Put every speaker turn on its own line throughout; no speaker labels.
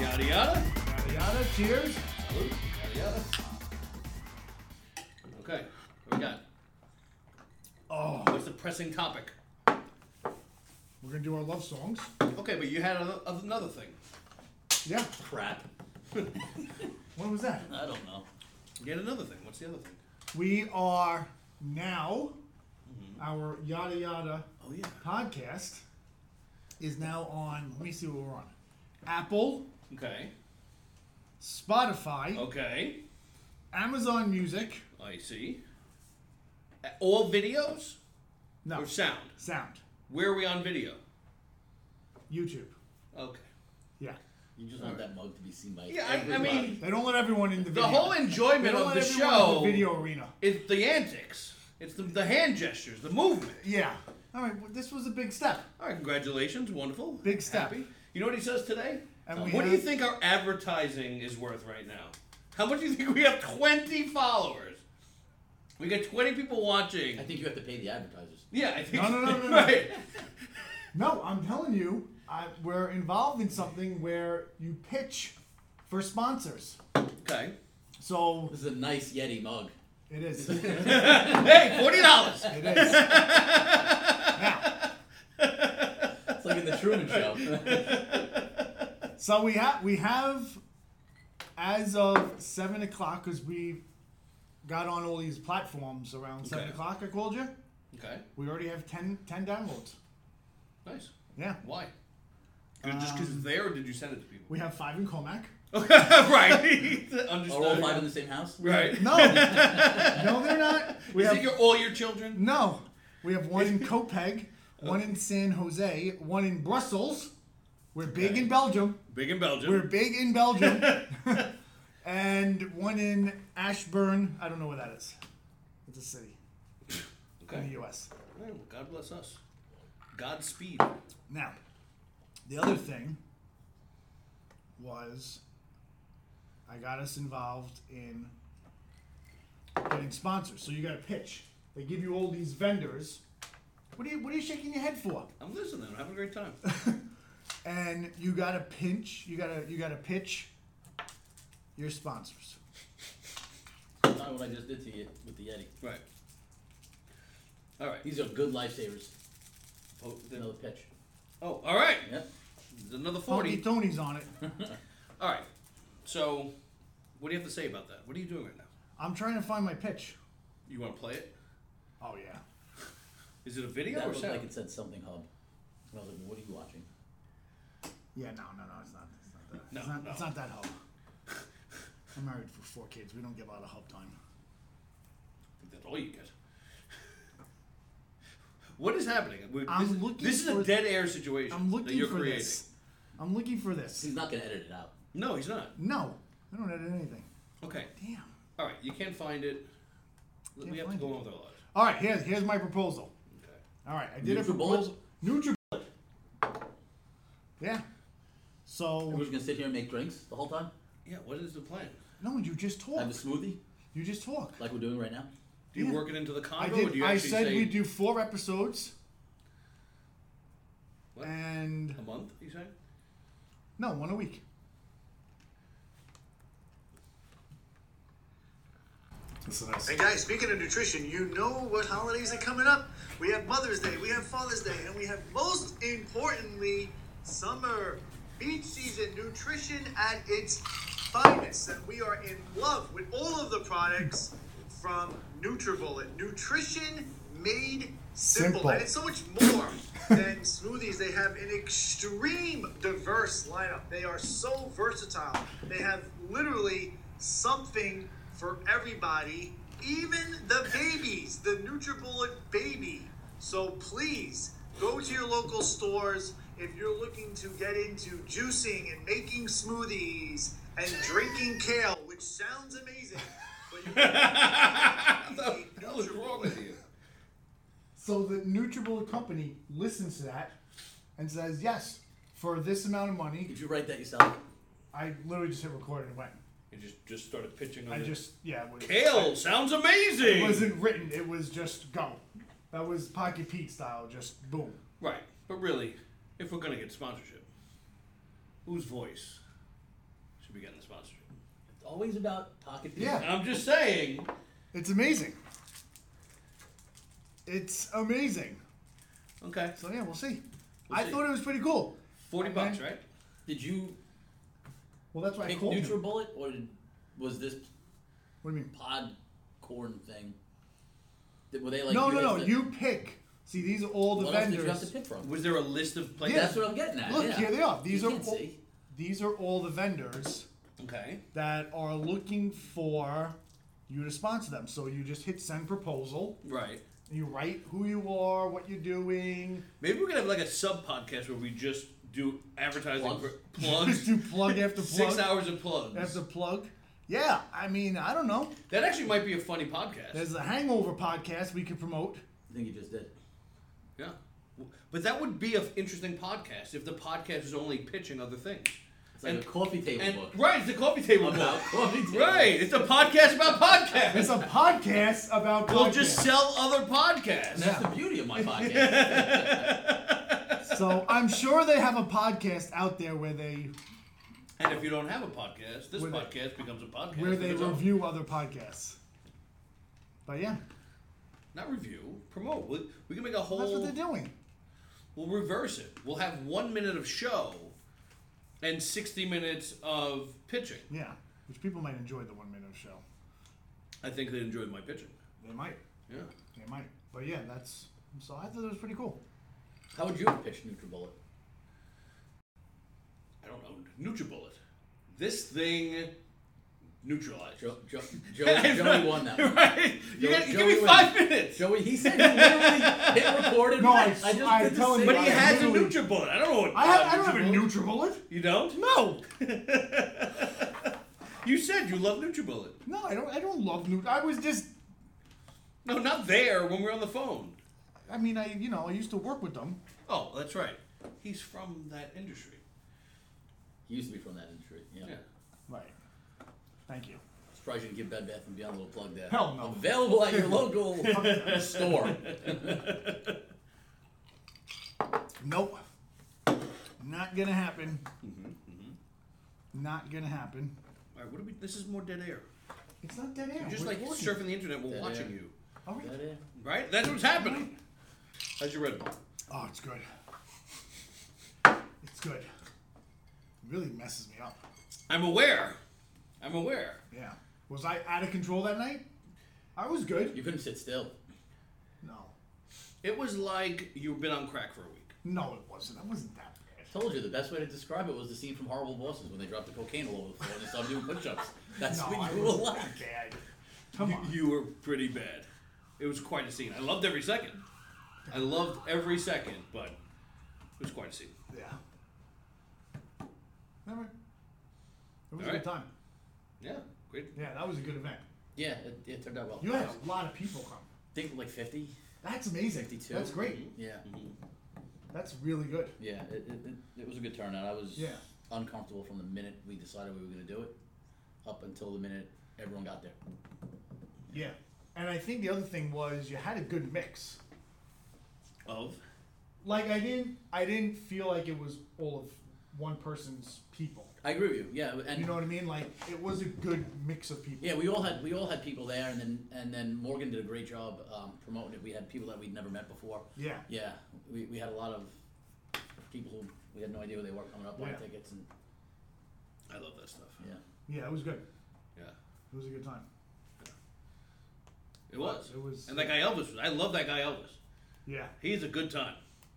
Yada yada.
Yada yada. Cheers.
Salute. Yada yada. Okay. What we got?
Oh,
What's the pressing topic?
we're gonna do our love songs.
Okay, but you had ano- another thing.
Yeah.
Crap.
What was that?
I don't know.
You had another thing. What's the other thing?
We are now our yada yada
Oh yeah.
podcast is now on. Let me see what we're on. Apple,
Okay.
Spotify,
Okay.
Amazon Music.
I see. Uh, All videos
No.
or sound?
Sound.
Where are we on video?
YouTube.
Okay.
Yeah.
You just want that mug to be seen by
Yeah, I, I
everybody.
mean,
They don't let everyone in the
the
video.
whole
they
enjoyment
don't let
of the
everyone in
show
the video arena.
is the antics. It's the, the hand gestures, the movement.
Yeah. All right. Well, this was a big step.
All right, congratulations, wonderful.
Big step.
Happy. You know what he says today?
And
Uh,
we
what do you
have-
think our advertising is worth right now? How much do you think we have 20 followers? We got 20 people watching.
I think you have to pay the advertisers.
yeah, I think.
No, no, no, no, no.
right.
No, I'm telling you, I, we're involved in something where you pitch for sponsors.
Okay.
So
This is a nice Yeti mug.
it is. It
Hey, $40.
is. now,
It's like in the Truman Show.
so we have we have as of seven o'clock because we got on all these platforms around seven
Okay.
o'clock. I called you.
Okay,
We already have 10, 10 downloads.
nice.
Yeah,
Why? just because it's there, or did you send it to people?
Uh, we have five in Comac.
right.
Are all
Understood.
five in the same house?
Right.
No, no, they're not. We
Is
have
it your, all your children?
No. We have one in Copeg, one in San Jose, one in Brussels. We're big in Belgium.
Big in Belgium.
We're big in Belgium. and one in Ashburn. I don't know where that is. It's a city in
okay.
the US.
Well, God bless us. Godspeed.
Now, the other thing was I got us involved in getting sponsors. So you got to pitch. They give you all these vendors. What are you, what are you shaking your head for?
I'm listening. I'm having a great time.
and you gotta pinch you gotta you gotta pitch your sponsors
Not what I just did to you with the Yeti.
Right. All right.
These are good lifesavers.
Oh, the-
Another pitch.
oh, all right.
Yep.
There's another
Tony
40.
tony's on it
All right. So, what do you have to say about that? What are you doing right now?
i'm trying to find my pitch
You want to play it?
oh yeah
Is it a video
That
or
looked
sound?
like it said something hub. And I was like, what are you watching?
yeah no no no it's not it's not that
No,
it's, not,
no.
it's not that hub i'm married for four kids we don't get a lot of hub time
I think that's all you get. What is happening? We-
I'm
this,
looking
this is a
for-
dead air situation
i'm
that
looking
you're
for
creating.
this i'm looking for this
He's not going to edit it out.
No, he's not.
no i don't edit anything
Okay.
damn
All right. You can't find it.
Can't
we have to
find
go
it.
on with our lives.
all right here's here's my proposal
Okay.
all right i did a
Nutribullet?
proposal nutribullet yeah so
We're just going to sit here and make drinks the whole time?
Yeah. What is the plan?
no you just talk
Have a smoothie?
You just talk.
Like we're doing right now?
Do you
Yeah.
work it into the
I
convo, or do
did.
you
I
actually
said
say
we do four episodes,
What?
and
a month? You said.
no, one a week.
Hey guys, speaking of nutrition, you know what holidays are coming up? We have Mother's Day, we have Father's Day, and we have most importantly, summer beach season nutrition at its finest. And we are in love with all of the products from NutriBullet. Nutrition made simple.
Simple.
And it's so much more than smoothies. They have an extreme diverse lineup. They are so versatile. They have literally something for everybody, even the babies, the NutriBullet baby. So please go to your local stores if you're looking to get into juicing and making smoothies and drinking kale, which sounds amazing. But you
the hell is wrong with you?
So the Nutribullet company listens to that and says, "Yes, for this amount of money."
Did you write that yourself?
I literally just hit record and went.
You just just started pitching on
I
the-
just yeah. It was,
kale sounds amazing.
It wasn't written. It was just go. That was Pocket Pete style. Just boom.
right, but really, if we're gonna get sponsorship, whose voice be getting the sponsorship.
It's always about pocket.
Yeah.
I'm just saying,
It's amazing. It's amazing.
okay,
So yeah, we'll see.
We'll
I
see.
thought it was pretty cool.
40 bucks, right?
Did you
Well, that's why I
pick
called him.
NutriBullet or did, was this
What do you mean?
pod corn thing? Did, were they like
no, no, no.
guys that-
You pick. See, these are all the
What else did
vendors.
you have to pick from?
Was there a list of places?
That's what I'm getting at.
Look,
yeah.
here they are. These
You
are
can't
all,
see.
these are all the vendors
Okay.
that are looking for you to sponsor them. So you just hit send proposal.
Right.
You write who you are, what you're doing.
Maybe we're gonna have like a sub podcast where we just do advertising
Plugs.
for
Just
plugs.
do plug after plug.
Six hours of plugs.
After plug. Yeah, I mean, I don't know.
that actually might be a funny podcast.
There's the Hangover podcast we could promote.
I think you just did.
yeah. W- But that would be an interesting podcast if the podcast is only pitching other things.
It's like
And-
a coffee table
And
book.
right, it's the coffee table
About
book.
coffee table.
Right, it's a podcast about
It's
podcasts.
a podcast about.
We'll
podcasts.
just sell other
And
podcasts.
that's the beauty of my podcast.
So I'm sure they have a podcast out there where they
And if you don't have a podcast, this
Where they-
podcast becomes a podcast.
where
of
they
its own.
review other podcasts. But yeah,
Not review, promote. We, we can make a whole.
that's what they're doing.
We'll reverse it. We'll have one minute of show and 60 minutes of pitching.
Yeah, which people might enjoy the one minute of show.
I think they enjoyed my pitching.
They might.
Yeah.
They might. But yeah, that's so I thought it was pretty cool.
How would you pitch NutriBullet?
I don't know. NutriBullet. This thing neutralized.
Joe, Joe, Joey, Joey won that. One.
right? You
Joey-
got give
Joey
me
wins.
five minutes.
Joey, he said he literally hit record and
No,
went.
I-
I just
I'm
did the
telling
same
you,
But he
I
thing.
has a
literally-
NutriBullet. I don't know what.
I have I don't have a
NutriBullet-
NutriBullet.
You don't?
No,
You said you love NutriBullet.
no, I don't. I don't love Nut. I was just.
No, not there when we were on the phone.
I mean, I you know I used to work with them.
Oh, that's right. He's from that industry.
He used to be from that industry. Yeah.
Yeah.
Right. Thank you.
Surprised you didn't give Bed Bath and Beyond a little plug there.
Hell no.
Available at your local store.
Nope. Not gonna happen.
Mm-hmm,
Not gonna happen.
All right, what do we? This is more dead air.
It's not dead air.
You're just
We're
like
recording.
surfing the internet while
Dead
watching
air.
you.
All right.
That it?
Right? That's what's happening. How's your Red Bull?
Oh, it's good. It's good. It really messes me up.
I'm aware. I'm aware.
Yeah. Was I out of control that night? I was good.
You couldn't sit still.
No.
It was like you've been on crack for a week.
No, it wasn't. I wasn't that bad.
Told you the best way to describe it was the scene from Horrible Bosses when they dropped the cocaine all over the floor and they started doing push-ups. That's
No,
what
I
you were
wasn't
like.
that bad. Come on.
You were pretty bad. It was quite a scene. I loved every second. I loved every second, but it was quite a scene.
yeah. Never. It was a
Alright.
good time.
Yeah, great.
Yeah, that was a good event.
Yeah, it, it turned out well. Um,
You had a lot of people come.
think like 50?
That's amazing.
52.
That's great.
Yeah.
That's really good.
Yeah, it, it, it, it was a good turnout. I was
Yeah.
uncomfortable from the minute we decided we were going to do it up until the minute everyone got there.
Yeah. And I think the other thing was you had a good mix.
Of?
Like I didn't I didn't feel like it was all of one person's people.
I agree with you. Yeah, and
You know what I mean? Like it was a good mix of people.
Yeah, we all had we all had people there, and then and then Morgan did a great job um, promoting it. We had people that we'd never met before.
Yeah.
Yeah, we, we had a lot of people who we had no idea who they were coming up, buying
Yeah.
tickets, and
I love that stuff.
yeah,
Yeah, it was good.
Yeah.
It was a good time.
It was.
It was-
And that guy Elvis was. I love that guy Elvis.
Yeah.
He's a good time.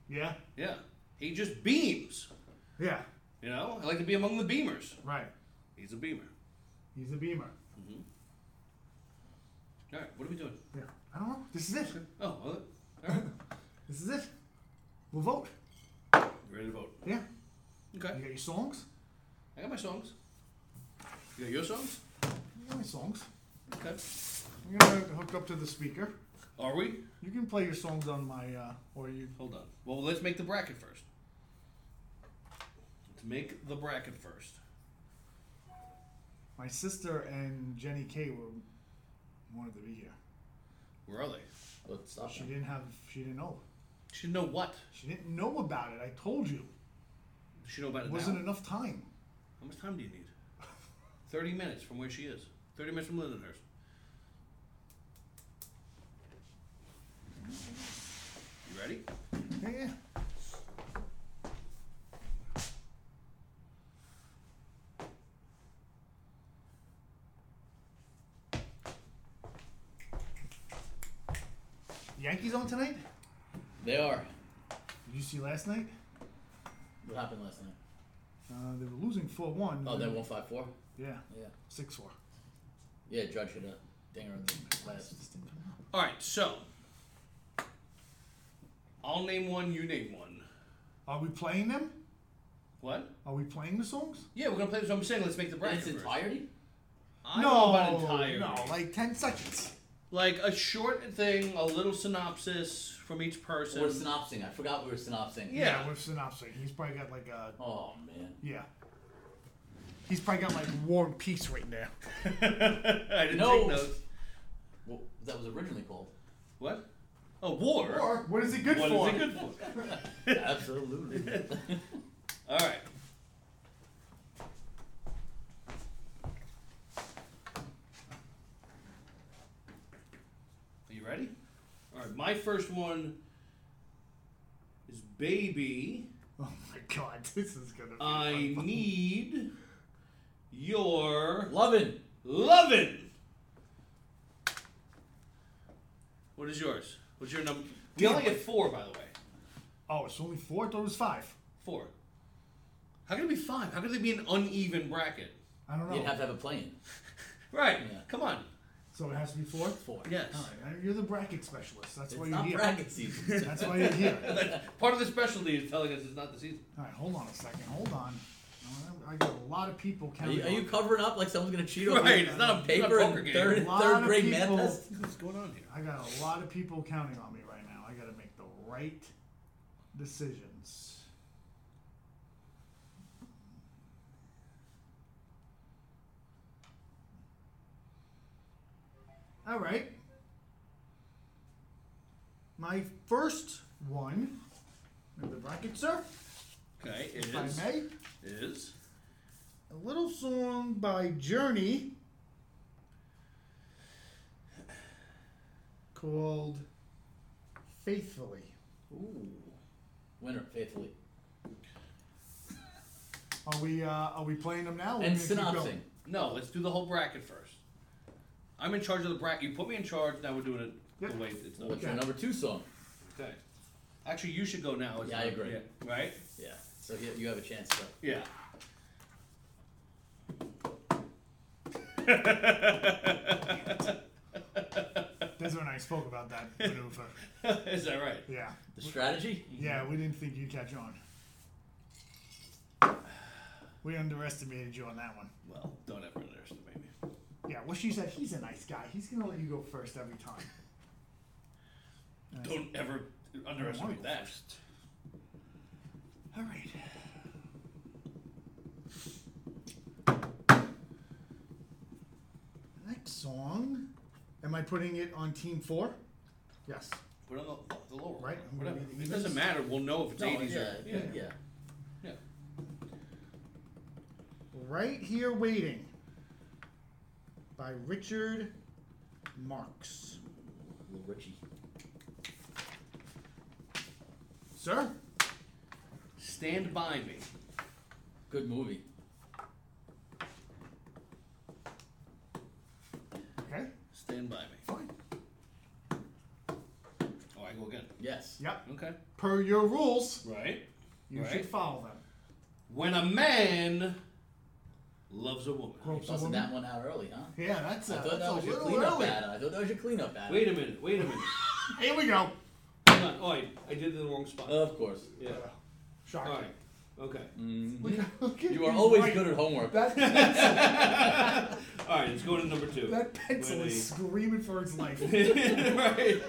Yeah.
Yeah. He just beams.
Yeah.
You know? I like to be among the beamers.
Right.
He's a beamer.
He's a beamer.
All right, what are we doing?
Yeah. I don't know. This is it.
Oh, well, all right.
This is it. We'll vote.
You ready to vote?
Yeah. You
Okay.
got your songs?
I got my songs. You got your songs?
I got my songs.
Okay.
I'm gonna hook up to the speaker.
Are we?
You can play your songs on my uh or you
Hold on. Well, let's make the bracket first. Let's make the bracket first.
My sister and Jenny K were wanted to be here.
Where are they?
but stop.
She didn't have. She didn't know.
Should know what?
She didn't know about it. I told you.
Should know about
It
it
wasn't
now.
enough time.
How much time do you need? 30 minutes from where she is. 30 minutes from Lindenhurst. You ready?
Yeah, yeah. Yankees on tonight?
They are.
Did you see last night?
What happened last night?
Uh, they were losing 4 1.
Oh, they're one five four.
Mm-hmm. Yeah,
Yeah.
6 4.
Yeah, Judge hit a dinger on the last.
All right, so I'll name one, you name one.
Are we playing them?
What?
Are we playing the songs?
Yeah, we're gonna play. So I'm saying let's make the
In
bracket.
its
first.
entirety.
I don't know about entirety.
No,
like,
like 10 seconds.
a short thing, a little synopsis from each person.
We're synopsing. I forgot we were synopsing.
Yeah.
with synopsis. He's probably got like a.
Oh man.
Yeah. He's probably got like War and Peace right now.
I didn't
No.
take notes.
Well, that was originally called.
What? A war.
Or what is it good
What
for?
is it good for?
Absolutely.
All right. Are you ready? All right. My first one is baby.
Oh my god, this is gonna. Be
I
fun.
need your
Lovin.
lovin'. What is yours? What's your number? We only get four, by the way.
Oh, it's only four. I thought it was five.
Four. How can it be five? How can it be an uneven bracket?
I don't know.
You'd have to have a plane.
Right.
Yeah.
Come on.
so it has to be four.
Four.
Yes.
All right, you're the bracket specialist. That's
It's
why you're
not
here.
bracket season.
That's why you're here.
Part of the specialty is telling us it's not the season.
All right, hold on a second. Hold on. I got a lot of people
Are
counting.
you, are you
on me.
covering up like someone's gonna cheat over
Right, it's not a-
paper
it's not a poker
and
game.
third
A lot
third
of
grade math
people-
test?
What's going on here?
I got a lot of people counting on me right now. I got to make the right decisions. All right. My first one in the bracket, sir,
Okay, it
if I
is.
may.
Is.
A little song by Journey called Faithfully.
Ooh. Winner faithfully.
Are we uh, are we playing them now? or we gonna
and
keep
synopsing.
going?
No, let's do the whole bracket first. I'm in charge of the bracket. You put me in charge. Now we're doing it
Yep.
the way it's done.
What's your number two song?
Okay. Actually, you should go now. It's
Yeah, I
not-
agree.
yeah, Right?
Yeah. So you, you have a chance to.
Yeah.
That's when I spoke about that maneuver.
is that right?
yeah,
The strategy?
yeah. We didn't think you'd catch on. We underestimated you on that one.
Well, don't ever underestimate me.
Yeah. Well, she said he's a nice guy. He's gonna let you go first every time.
Don't ever underestimate that.
All right. Next song. Am I putting it on team four? Yes.
Put on the, the lower one,
Right, I'm gonna
Whatever.
read the
It doesn't
emails.
matter. We'll know if it's
No,
80s
Oh,
yeah,
or.
yeah,
Yeah. yeah.
yeah.
Right Here Waiting by Richard Marks.
Little Richie.
Sir?
Stand by me.
Good movie.
Okay.
Stand by me.
Fine.
Oh, I go again.
Yes.
Yep.
Okay.
Per your rules,
Right.
you
Right.
should follow them.
When a man loves a woman.
Gross
Busted
woman.
that one out early, huh?
Yeah, that's,
I
a,
thought
that's
that
a
was your
little
cleanup
early.
battle. I thought that was your cleanup battle.
Wait a minute. Wait a minute.
Here we go.
Hold on. Oh, I, I did it in the wrong spot.
Of course.
yeah. All
Shocking.
right. Okay.
Look at- look at
You are
he's
always
right.
good at homework.
That,
All right. Let's go to number two.
that pencil
Really?
is screaming for its life.
right.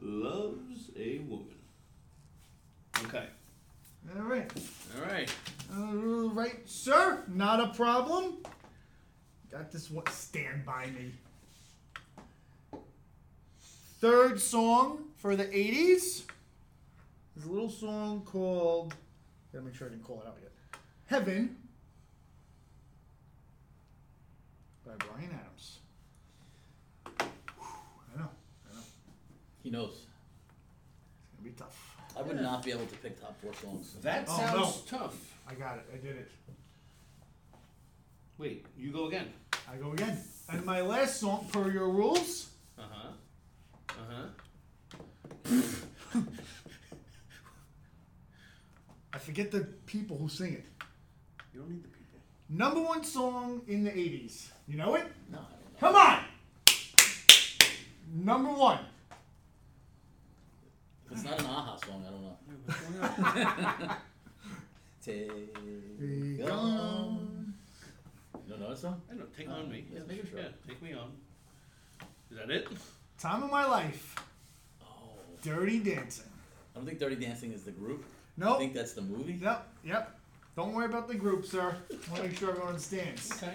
Loves a woman. Okay.
All right.
All right.
All right, sir. Not a problem. Got this one. Stand by me. Third song for the 80s is a little song called. Gotta make sure I didn't call it out yet. Heaven by Brian Adams. I know. I know.
He knows.
It's gonna be tough.
I would not be able to pick top four songs.
That
Oh,
sounds tough.
I got it. I did it.
Wait, you go again.
I go again. And my last song, per your rules,
Uh huh. Uh huh.
I forget the people who sing it.
You don't need the people.
Number one song in the 80s. You know it?
No, I don't know.
Come on! Number one.
If it's not an AHA song, I don't know. Take
Take on.
You don't know that song?
I don't know. Take on me.
yeah, make it short.
yeah, take me on. Is that it?
Time of My Life,
Oh.
Dirty Dancing.
I don't think Dirty Dancing is the group. I
Nope.
think that's the movie.
Yep, yep. Don't worry about the group, sir. I want to make sure everyone understands.
Okay.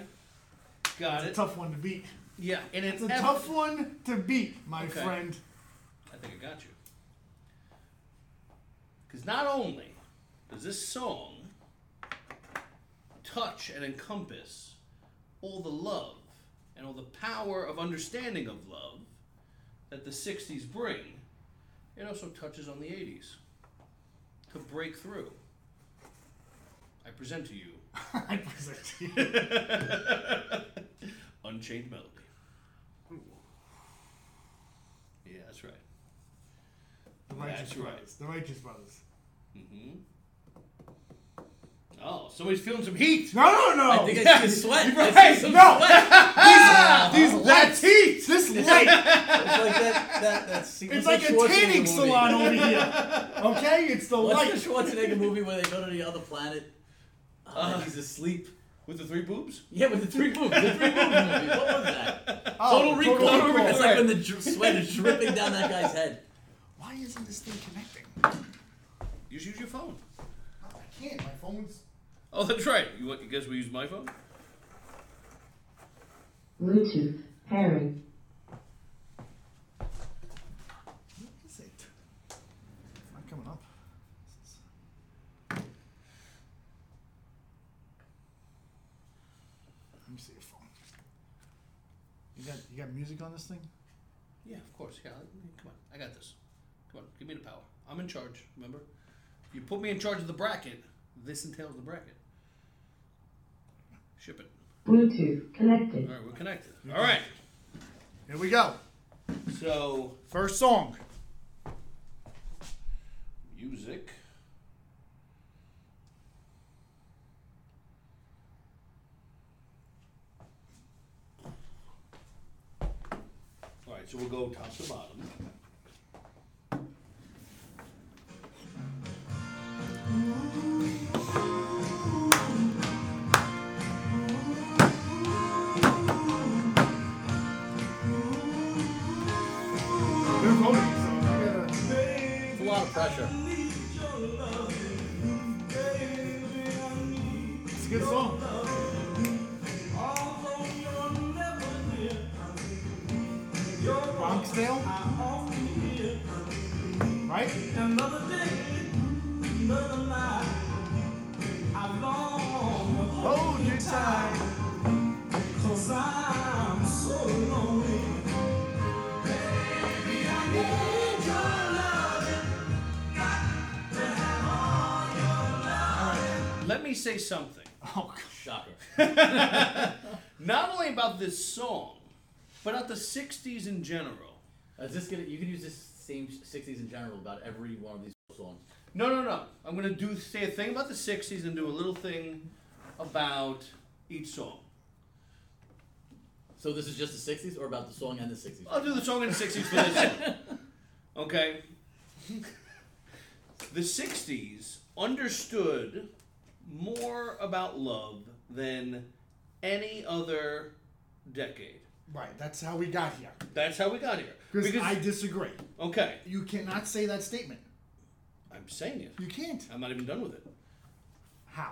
Got
It's a
it.
tough one to beat.
Yeah, and
It's a tough one to beat, my
Okay.
friend.
I think I got you. Because not only does this song touch and encompass all the love and all the power of understanding of love that the 60s bring, it also touches on the 80s to break through. I present to you
I present to you.
Unchained Melody. Yeah, that's right.
The Righteous
That's right.
Brothers. The Righteous Brothers.
Oh, somebody's feeling some heat.
No, no, no!
I think I see
Yes,
sweat.
you're
I see
right.
some
No.
sweat.
These lights, this light,
It's like that. that that's,
it's like a tanning salon over here. Okay, it's the
What's
light.
the Schwarzenegger movie where they go to the other planet? Uh, he's asleep.
With the three boobs?
Yeah, with the three boobs. The three boobs movie. What was that?
Oh,
Total Recall.
Total Recall.
It's like when the dr- sweat is dripping down that guy's head.
Why isn't this thing connecting? No,
You should use your phone.
I can't. My phone's.
Oh, that's right. You, want- you guys will use my phone?
Bluetooth pairing.
What is it? It's not coming up. Let me see your phone. You got you got music on this thing?
Yeah, of course. Yeah, I- come on. I got this. Come on, give me the power. I'm in charge, remember? If you put me in charge of the bracket, this entails the bracket. Ship it.
Bluetooth
All
connected.
right, we're connected. All right.
Here we go.
So,
First song.
music. All right, so we'll go top to bottom.
They're voting, so I gotta-
It's a lot of pressure.
It's a good song. Bronxdale? Right? Hold your time.
Let me say something.
Oh, God.
Shocker.
Not only about this song, but about the 60s in general.
Uh, Is this gonna, you can use this same 60s in general about every one of these songs.
No, no, no. I'm going to do say a thing about the 60s and do a little thing about each song.
So this is just the 60s or about the song and the 60s?
I'll do the song in the 60s for this one. Okay? The 60s understood more about love than any other decade.
Right, that's how we got here.
That's how we got here.
Because I disagree.
okay,
You cannot say that statement.
I'm saying it.
You can't.
I'm not even done with it.
How?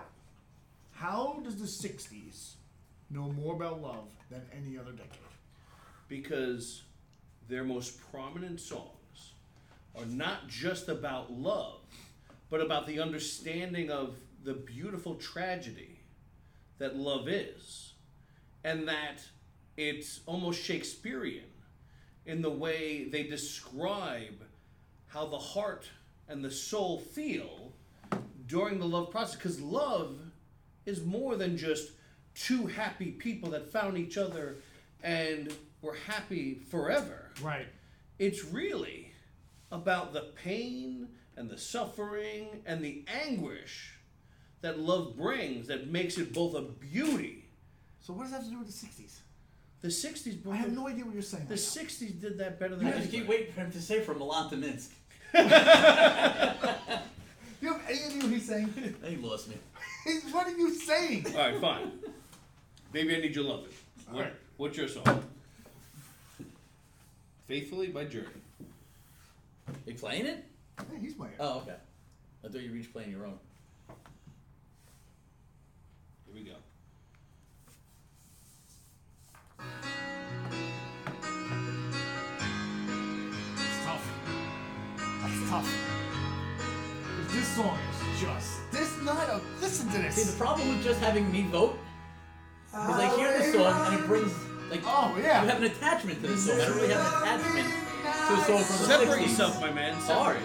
How does the 60s know more about love than any other decade?
because their most prominent songs are not just about love, but about the understanding of the beautiful tragedy that love is, and that it's almost Shakespearean in the way they describe how the heart and the soul feel during the love process. Because love is more than just two happy people that found each other and were happy forever
Right.
it's really about the pain and the suffering and the anguish that love brings that makes it both a beauty.
So what does that have to do with the sixties?
The 60s, bro.
I have no idea what you're saying.
The
right
60s did that better than
I just keep
anybody.
waiting for him to say from Milan to Minsk.
now. Do you have any idea what he's saying?
He lost me.
He's- what are you saying?
All right, fine. Baby, I need your loving. What,
right.
What's your song? Faithfully by Journey.
You playing it?
Yeah, he's playing.
Oh, okay. I thought you were each playing your own.
Here we go.
It's tough. That's tough. 'Cause This song is just this not a listen to
See,
this.
the problem with just having me vote is I hear the song and it brings like
Oh, yeah.
you have an attachment to the song. I don't really have an attachment to a song from the
Separate
60s.
yourself, my man. Separate.
Sorry.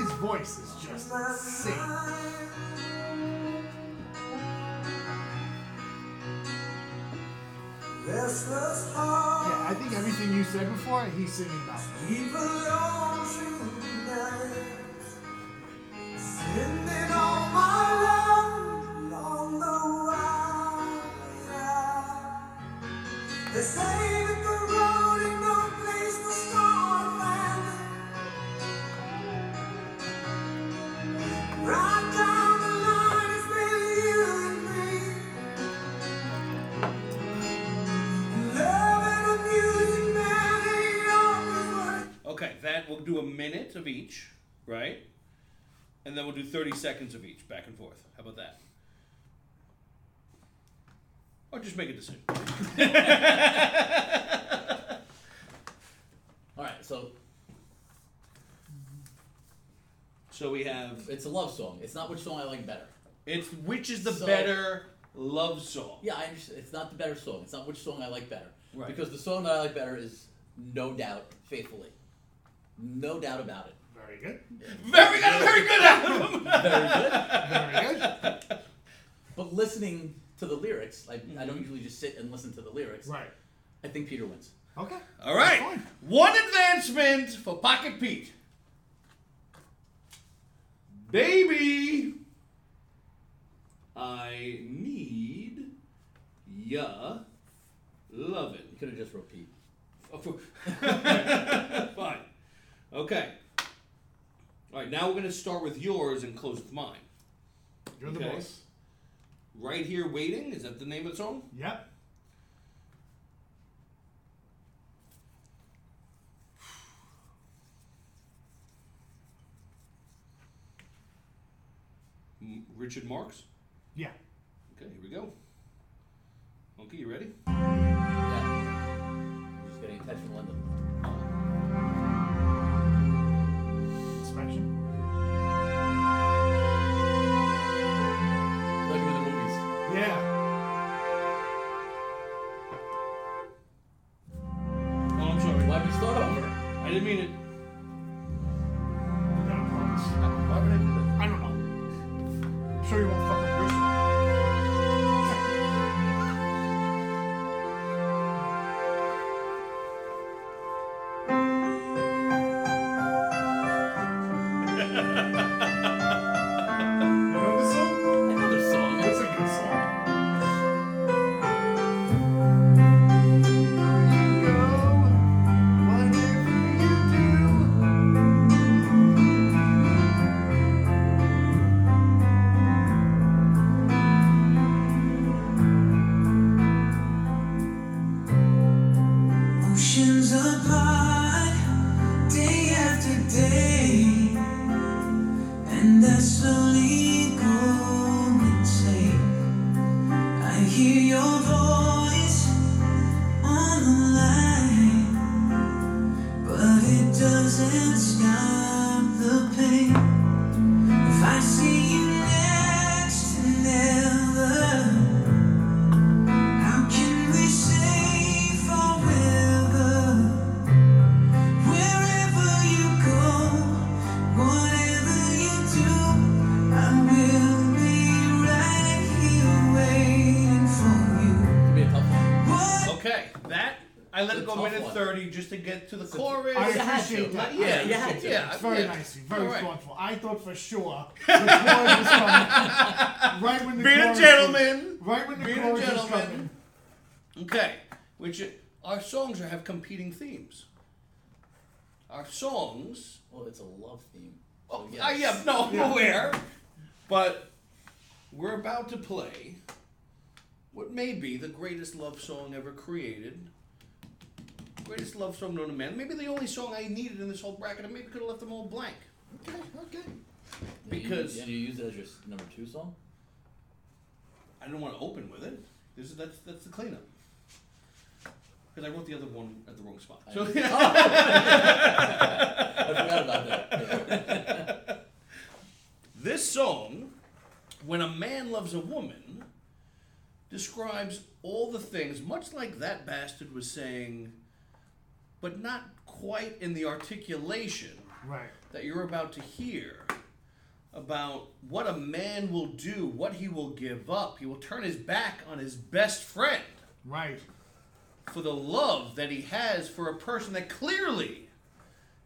His voice is just insane. Yeah, I think everything you said before, he's singing about.
They say that the road ain't no place to start, man. Right down the line, it's been you and me. Love and the music, man, ain't always what it
Okay, that we'll do a minute of each, right? And then we'll do 30 seconds of each, back and forth. How about that? Or just make a decision.
All right, so
So we have
it's a love song. It's not which song I like better.
it's which is the
So-
better love song?
Yeah, I understand. It's not the better song. It's not which song I like better.
Right.
Because the song that I like better is no doubt faithfully. No doubt about it.
Very good.
Very good, very good album.
Very good.
Very good.
But listening to the lyrics, like I
Mm-hmm.
don't usually just sit and listen to the lyrics.
right.
I think Peter wins.
Okay.
All right,
Fine.
one advancement for Pocket Pete. Baby, I need ya lovin'.
You could have just wrote Pete.
Oh, for- Fine. Okay. All right, now we're going to start with yours and close with mine.
You're the
Okay.
boss.
Right Here Waiting, is that the name of the song?
Yep.
M- Richard Marks.
Yeah.
Okay, here we go. Okay, you ready?
Yeah. I'm just getting a text from Linda.
Inspection.
Like with the movies.
Yeah.
Oh, I'm sorry.
Why we start over?
I didn't mean it.
You got a promise.
Why would I do that?
I don't know. I'm sure you won't fuck up your song. You know this song?
Another song.
That's a good song.
Oceans apart, day after day, and I slowly go insane. I hear your voice on the line, but it doesn't stop the pain. If I see you next to never,
I let
It's
it
a
go
tough
minute
one.
thirty just to get to the
It's a-
chorus.
I
You had
appreciate
to.
that.
Yeah,
you had to.
yeah.
It's very
yeah.
nice of you, very
All right.
thoughtful. I thought for sure the chorus was coming. Right when the
Being a
chorus
gentleman.
Was, right when the
Being a
chorus was
gentleman.
coming.
Okay, which our songs have competing themes. Our songs,
Well, it's a love theme.
oh,
So,
I
yes.
am no I'm
Yeah.
aware, but we're about to play what may be the greatest love song ever created. Greatest love song known to man. Maybe the only song I needed in this whole bracket. I maybe could have left them all blank.
Okay, okay.
Do you-
because-
do you use it as your s- number two song?
I didn't want to open with it. This is, that's that's the cleanup. Because I wrote the other one at the wrong spot. Ah. So
I forgot about that. Yeah.
This song, When a Man Loves a Woman, describes all the things, much like that bastard was saying, but not quite in the articulation
Right.
that you're about to hear about what a man will do, what he will give up. He will turn his back on his best friend
Right.
for the love that he has for a person that clearly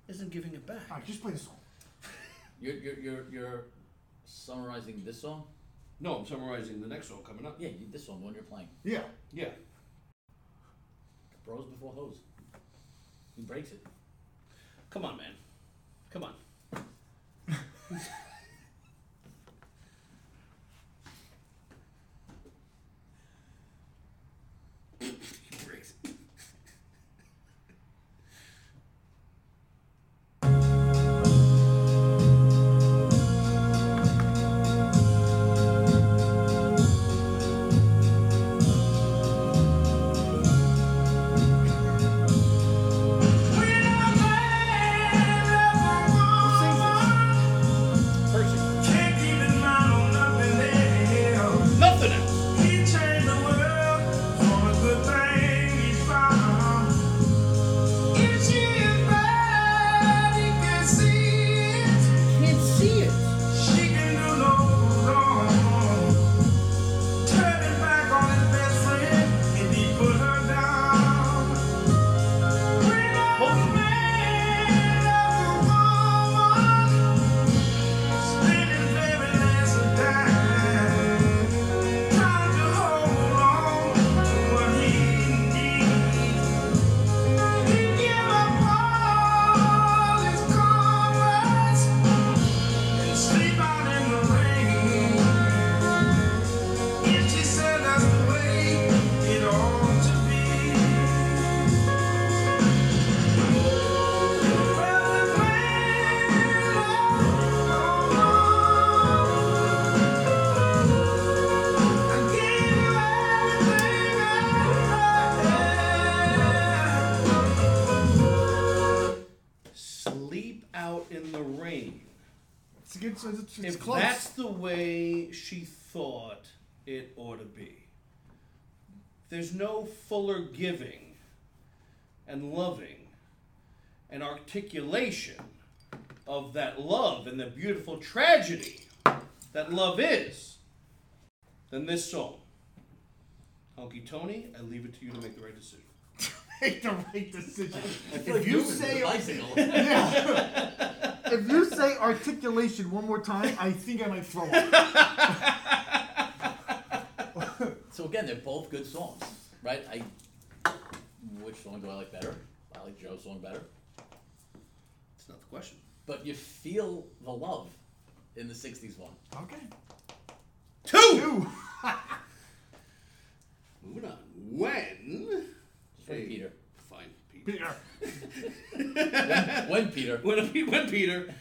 isn't giving it
All
back.
right, just play the song.
You're, you're, you're, you're summarizing this song?
No, I'm summarizing the next song coming up.
Yeah, you, this song, the one you're playing.
Yeah.
Yeah.
Bros before hoes. He breaks it.
Come on, man. Come on. He breaks it. Percy. Nothing else.
Can't see it. She can do no wrong. Turning back on his best friend, and he put her down. When a man loves a woman, Spinning baby as a dime, trying to hold on to what he needs. He give up all his comforts and sleep out in the rain. If she said that's the way it ought to be, well the man loves.
Sleep out in the rain.
It's, good, so it's, it's
If
close.
that's the way she thought it ought to be, there's no fuller giving and loving and articulation of that love and the beautiful tragedy that love is than this song. Honky Tony, I leave it to you to make the right decision.
Make the right decision.
feel like
if you
Newton with
say
a bicycle.
if you say articulation one more time, I think I might throw up.
so again, they're both good songs, right? I which song do I like better? I like Joe's song better,
It's not the question.
but you feel the love in the '60s one.
Okay.
Two!
Two.
Moving on. When.
Just like
Hey.
Peter.
Fine, Pete.
Peter.
When Peter?
When, when Peter.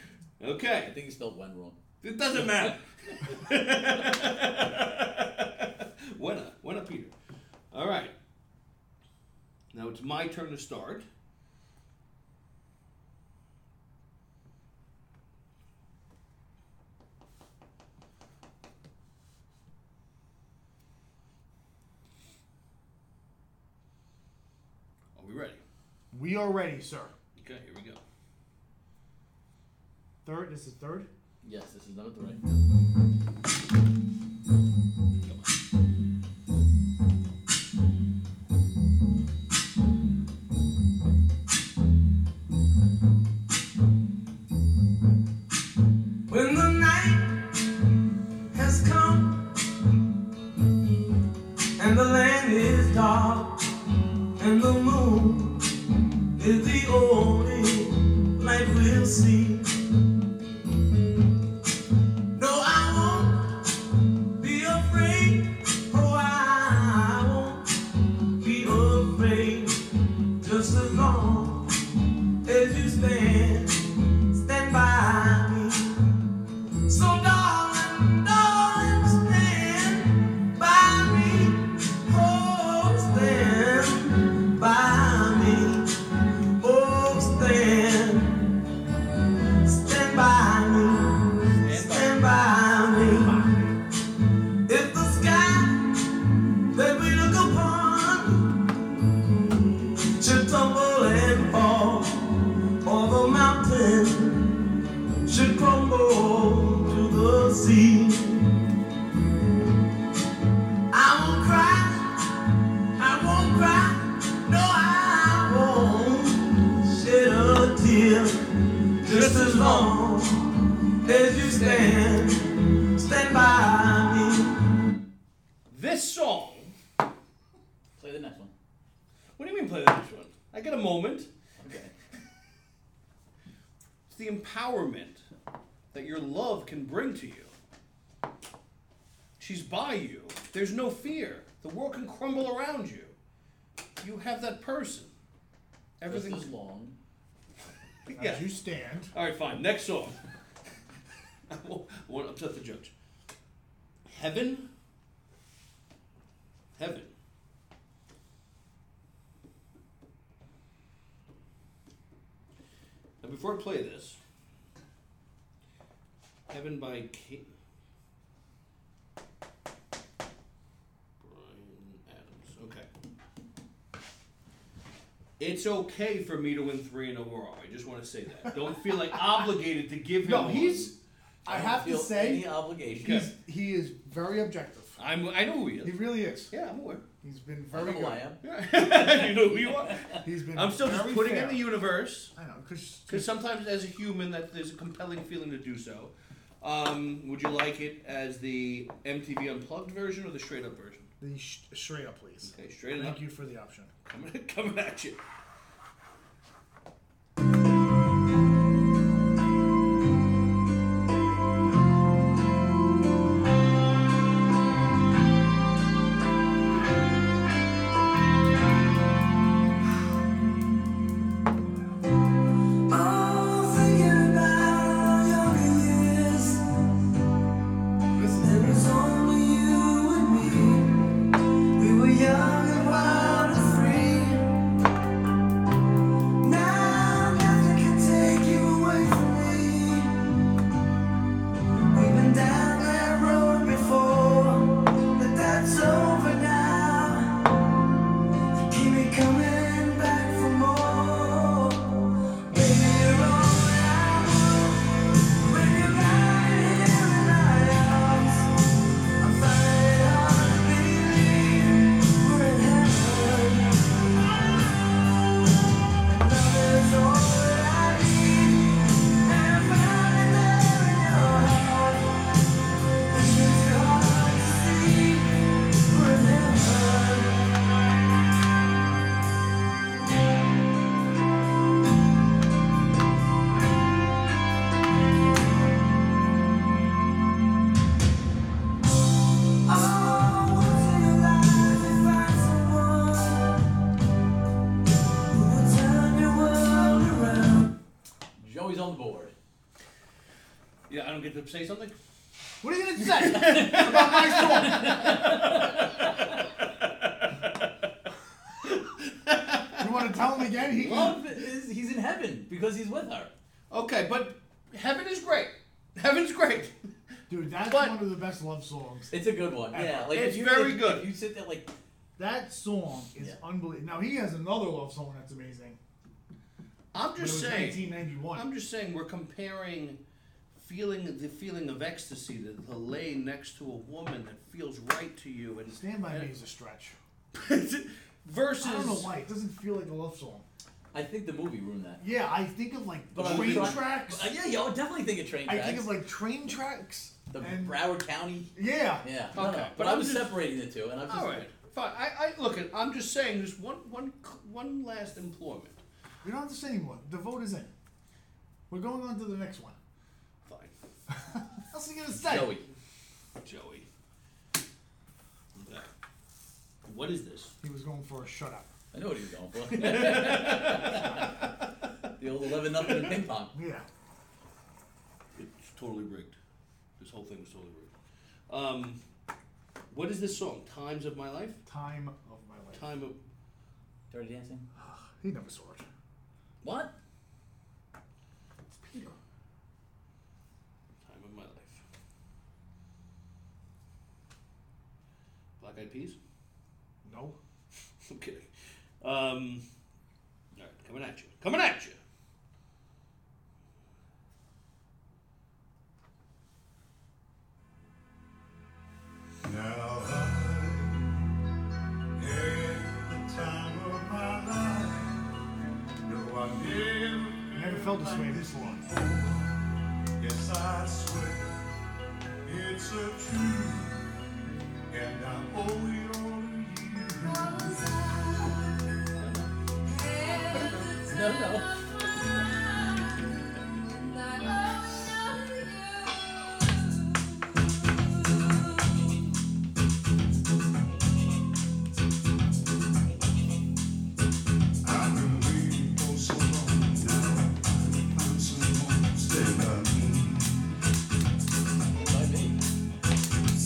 Okay.
I think he spelled when wrong.
It doesn't matter. when a when a Peter. All right. Now it's my turn to start. Are we ready?
We are ready, sir.
Okay, here we go.
Third. This is third.
Yes, this is number three.
Come on.
see. I won't cry, I won't cry, no, I won't shed a tear. Just as long as you stand, stand by me.
This song.
Play the next one.
What do you mean play the next one? I get a moment.
Okay.
It's the empowerment that your love can bring to you. She's by you. There's no fear. The world can crumble around you. You have that person.
Just
Everything's
as long.
Yeah.
As you stand,
All right, fine. Next song. I won't I won't upset the judge. Heaven. Heaven. Now, before I play this, Heaven by Kate. Bryan Adams. Okay. It's okay for me to win three in a row. I just want to say that. Don't feel like obligated to give him.
no,
one.
he's. I,
don't
have to
feel
say,
any obligation.
he's, he is very objective.
I'm. I know who he
He
is.
really is.
Yeah, I'm aware.
He's been
I
very
know I
good.
am.
Yeah. you know who you are.
He's been.
I'm still just
very
putting
fair.
in the universe
I know, because
because sometimes, as a human, that there's a compelling feeling to do so. Um, would you like it as the MTV Unplugged version or the straight up version?
the sh- straight up, please.
Okay, straight up.
Thank you for the option.
Coming, coming at you.
Oh, thinking about younger years. There was only you and me. We were young and wild and free. Now nothing can take you away from me. We've been down that road before, but that's over now. You keep me coming back for more. Baby, you're all I want. When you're back here in my arms.
Joey's on the board.
Yeah, I don't get to say something.
What are you gonna say about my song? you want to tell him again? He,
Love is he's in heaven because he's with her.
Okay, but heaven is great. Heaven's great.
dude, that's
But-
one of the best love songs.
It's a good one. Yeah, like
It's
if you,
very
if-
good.
If you sit there like
That song is
Yeah.
unbelievable. Now he has another love song that's amazing.
I'm
But it
just
was
saying.
1991.
I'm just saying we're comparing feeling the feeling of ecstasy to, to lay next to a woman that feels right to you and
Stand by me is a stretch.
and- versus
I don't know why it doesn't feel like a love song.
I think the movie ruined that.
Yeah, I think of like
But I'm
train
trying-
tracks.
Uh, yeah, yeah, I would definitely think of train
I
tracks.
think of like train tracks.
the
and-
Broward County.
Yeah.
Yeah. no, no,
Okay,
But
but
I
I'm
was
just-
separating the two, and I'm just
all right fine I, I look at I'm just saying there's one one one last employment
We don't have to say anymore. The vote is in. We're going on to the next one.
fine
What else are you gonna say?
Joey.
Joey okay what is this
He was going for a shutout.
I know what he was going for. the old eleven nothing ping pong.
Yeah.
it's totally rigged this whole thing was totally rigged um what is this song times of my life
Time of my life.
time of
Dirty Dancing.
He never saw it.
What?
It's Peter.
Time of my life. Black Eyed Peas?
No.
I'm kidding. Um, all right, coming at you. Coming at you.
this way before.
Yes, I swear it's a truth, and I owe it all to you.
No, no.
I've been waiting for so long now. Find someone to stay by me.
By me.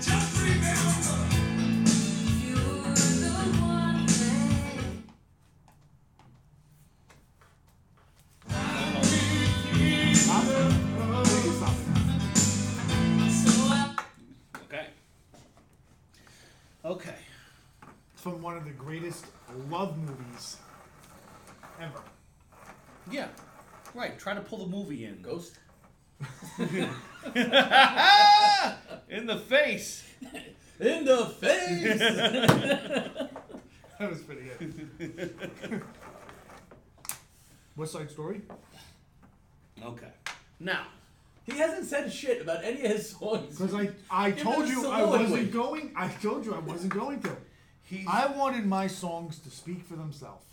Just remember.
Okay. Okay.
From one of the greatest love movies ever.
Yeah. Right. Try to pull the movie in.
Ghost?
In the face.
In the face!
That was pretty good. West Side Story?
Okay. Now,
he hasn't said shit about any of his songs.
Because I, I told
us
you
a
I wasn't
soliloquy.
going. I told you I wasn't going to.
he's
I wanted my songs to speak for themselves.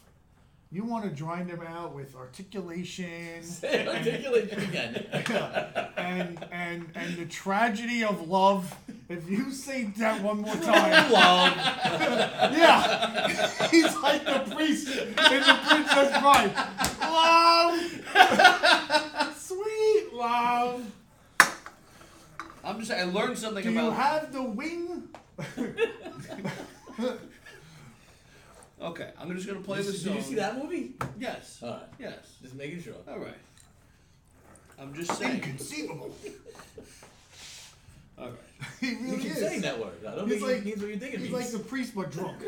You want to grind them out with articulation
Articulate it again.
and and and the tragedy of love. If you say that one more time,
Love.
yeah, he's like the priest in the Princess Bride. Love, sweet love.
I'm just I learned something
Do you
about
have the wing?
Okay, I'm just gonna play
Did
this song.
you see that Uh. movie?
Yes.
All right.
Yes.
Just making sure.
All right. I'm just saying.
Inconceivable.
All right.
He really
You keep
is.
saying that word. I don't
He's
think
like-
it means what you think it
He's like
means.
the priest but drunk.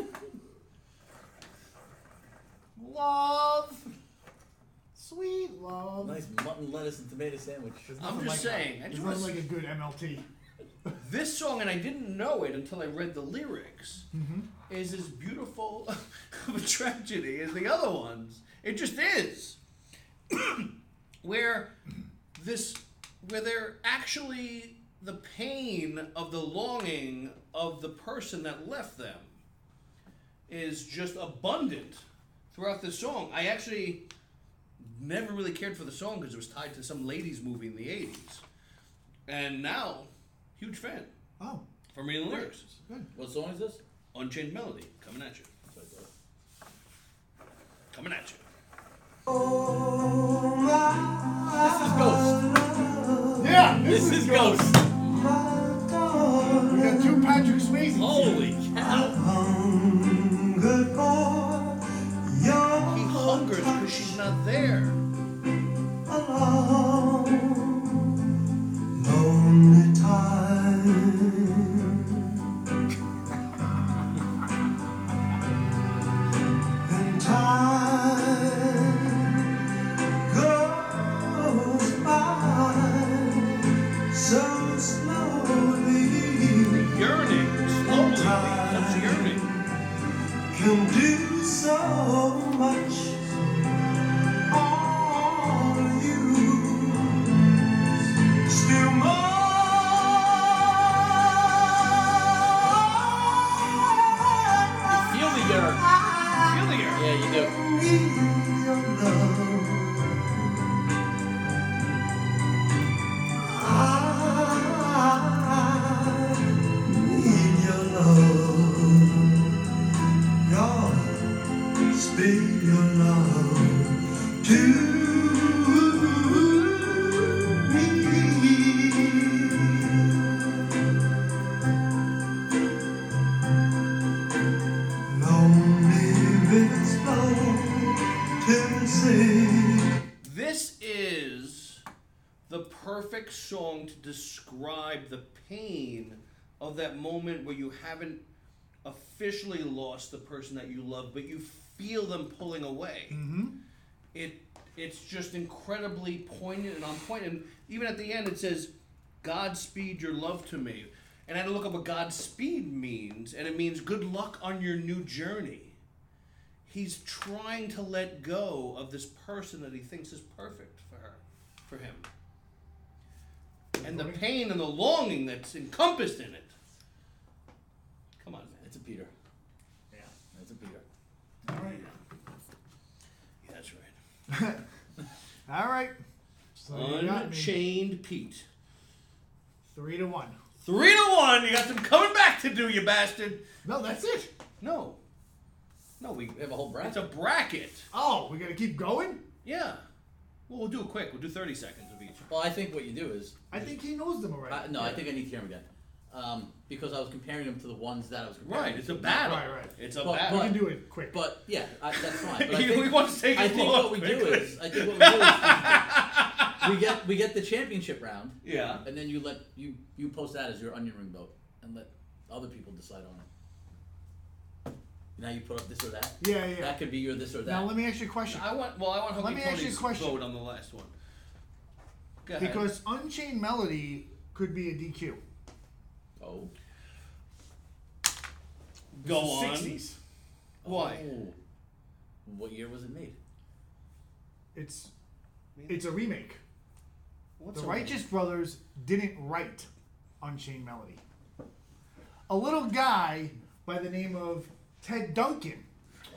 love, sweet love.
nice mutton, lettuce, and tomato sandwich.
I'm
Nothing
just
like that.
saying, I
There's
just
nothing
wanna-
like a good MLT.
This song, and I didn't know it until I read the lyrics, is as beautiful of a tragedy as the other ones. It just is. where this, where they're actually the pain of the longing of the person that left them is just abundant throughout the song. I actually never really cared for the song because it was tied to some ladies' movie in the 80s. And now, huge fan
Oh,
from reading the lyrics.
good.
What song is this?
Unchained Melody, coming at you. Coming at you.
This is
Ah!
Ghost.
Yeah, this, is,
This is
good.
Ghost.
We got two Patrick Swayze.
Holy cow.
He hungers because she's not there. The yearning, slowly becomes yearning.
Can do so much on you. Still more.
Feel the yearn.
Feel the
Ah!
yearning.
Yeah, you do.
Speak your love to me. Lonely rivers flow to the sea.
This is the perfect lyric song to describe the pain of that moment where you haven't officially lost the person that you love, but you feel them pulling away. Mm-hmm. It it's just incredibly poignant and on point. And even at the end, it says, "Godspeed your love to me." And I had to look up what Godspeed means, and it means good luck on your new journey. He's trying to let go of this person that he thinks is perfect for her, for him. And the pain and the longing that's encompassed in it. Come on, man.
It's a Peter.
Yeah.
That's a Peter.
All right.
Yeah, that's right.
All right. So you got me.
Unchained Pete.
Three to one.
Three to one. You got them coming back to do, you bastard.
No, that's it.
No. No, we.
We have a whole
It's
bracket.
a bracket.
Oh, we gotta keep going.
Yeah. Well, we'll do it quick. We'll do 30 seconds of each.
well, I think what you do is.
I think he knows them already.
I, Uh, no, I think I need to hear him again. Um, because I was comparing them to the ones that I was comparing.
Right.
them
It's a
to.
battle.
Right, right.
It's a
But-
we
battle.
can do it quick.
But yeah, I, that's fine. But I
We
think,
want to take
I
it
think
long,
what we
man.
do is I think what we do is we get we get the championship round,
yeah.
and then you let you you post that as your onion ring vote, and let other people decide on it. Now you put up this or that.
Yeah, yeah.
That could be your this or that.
now let me ask you a question.
I want. Well, I want.
Let me ask you a
Tony's
question.
Vote on the last one. Go ahead.
Because Unchained Melody could be a DQ.
oh.
go on.
60s.
Why?
Oh. What year was it made?
It's it's a remake.
What's
The
a-
Righteous Brothers didn't write Unchained Melody. A little guy by the name of Ted Duncan,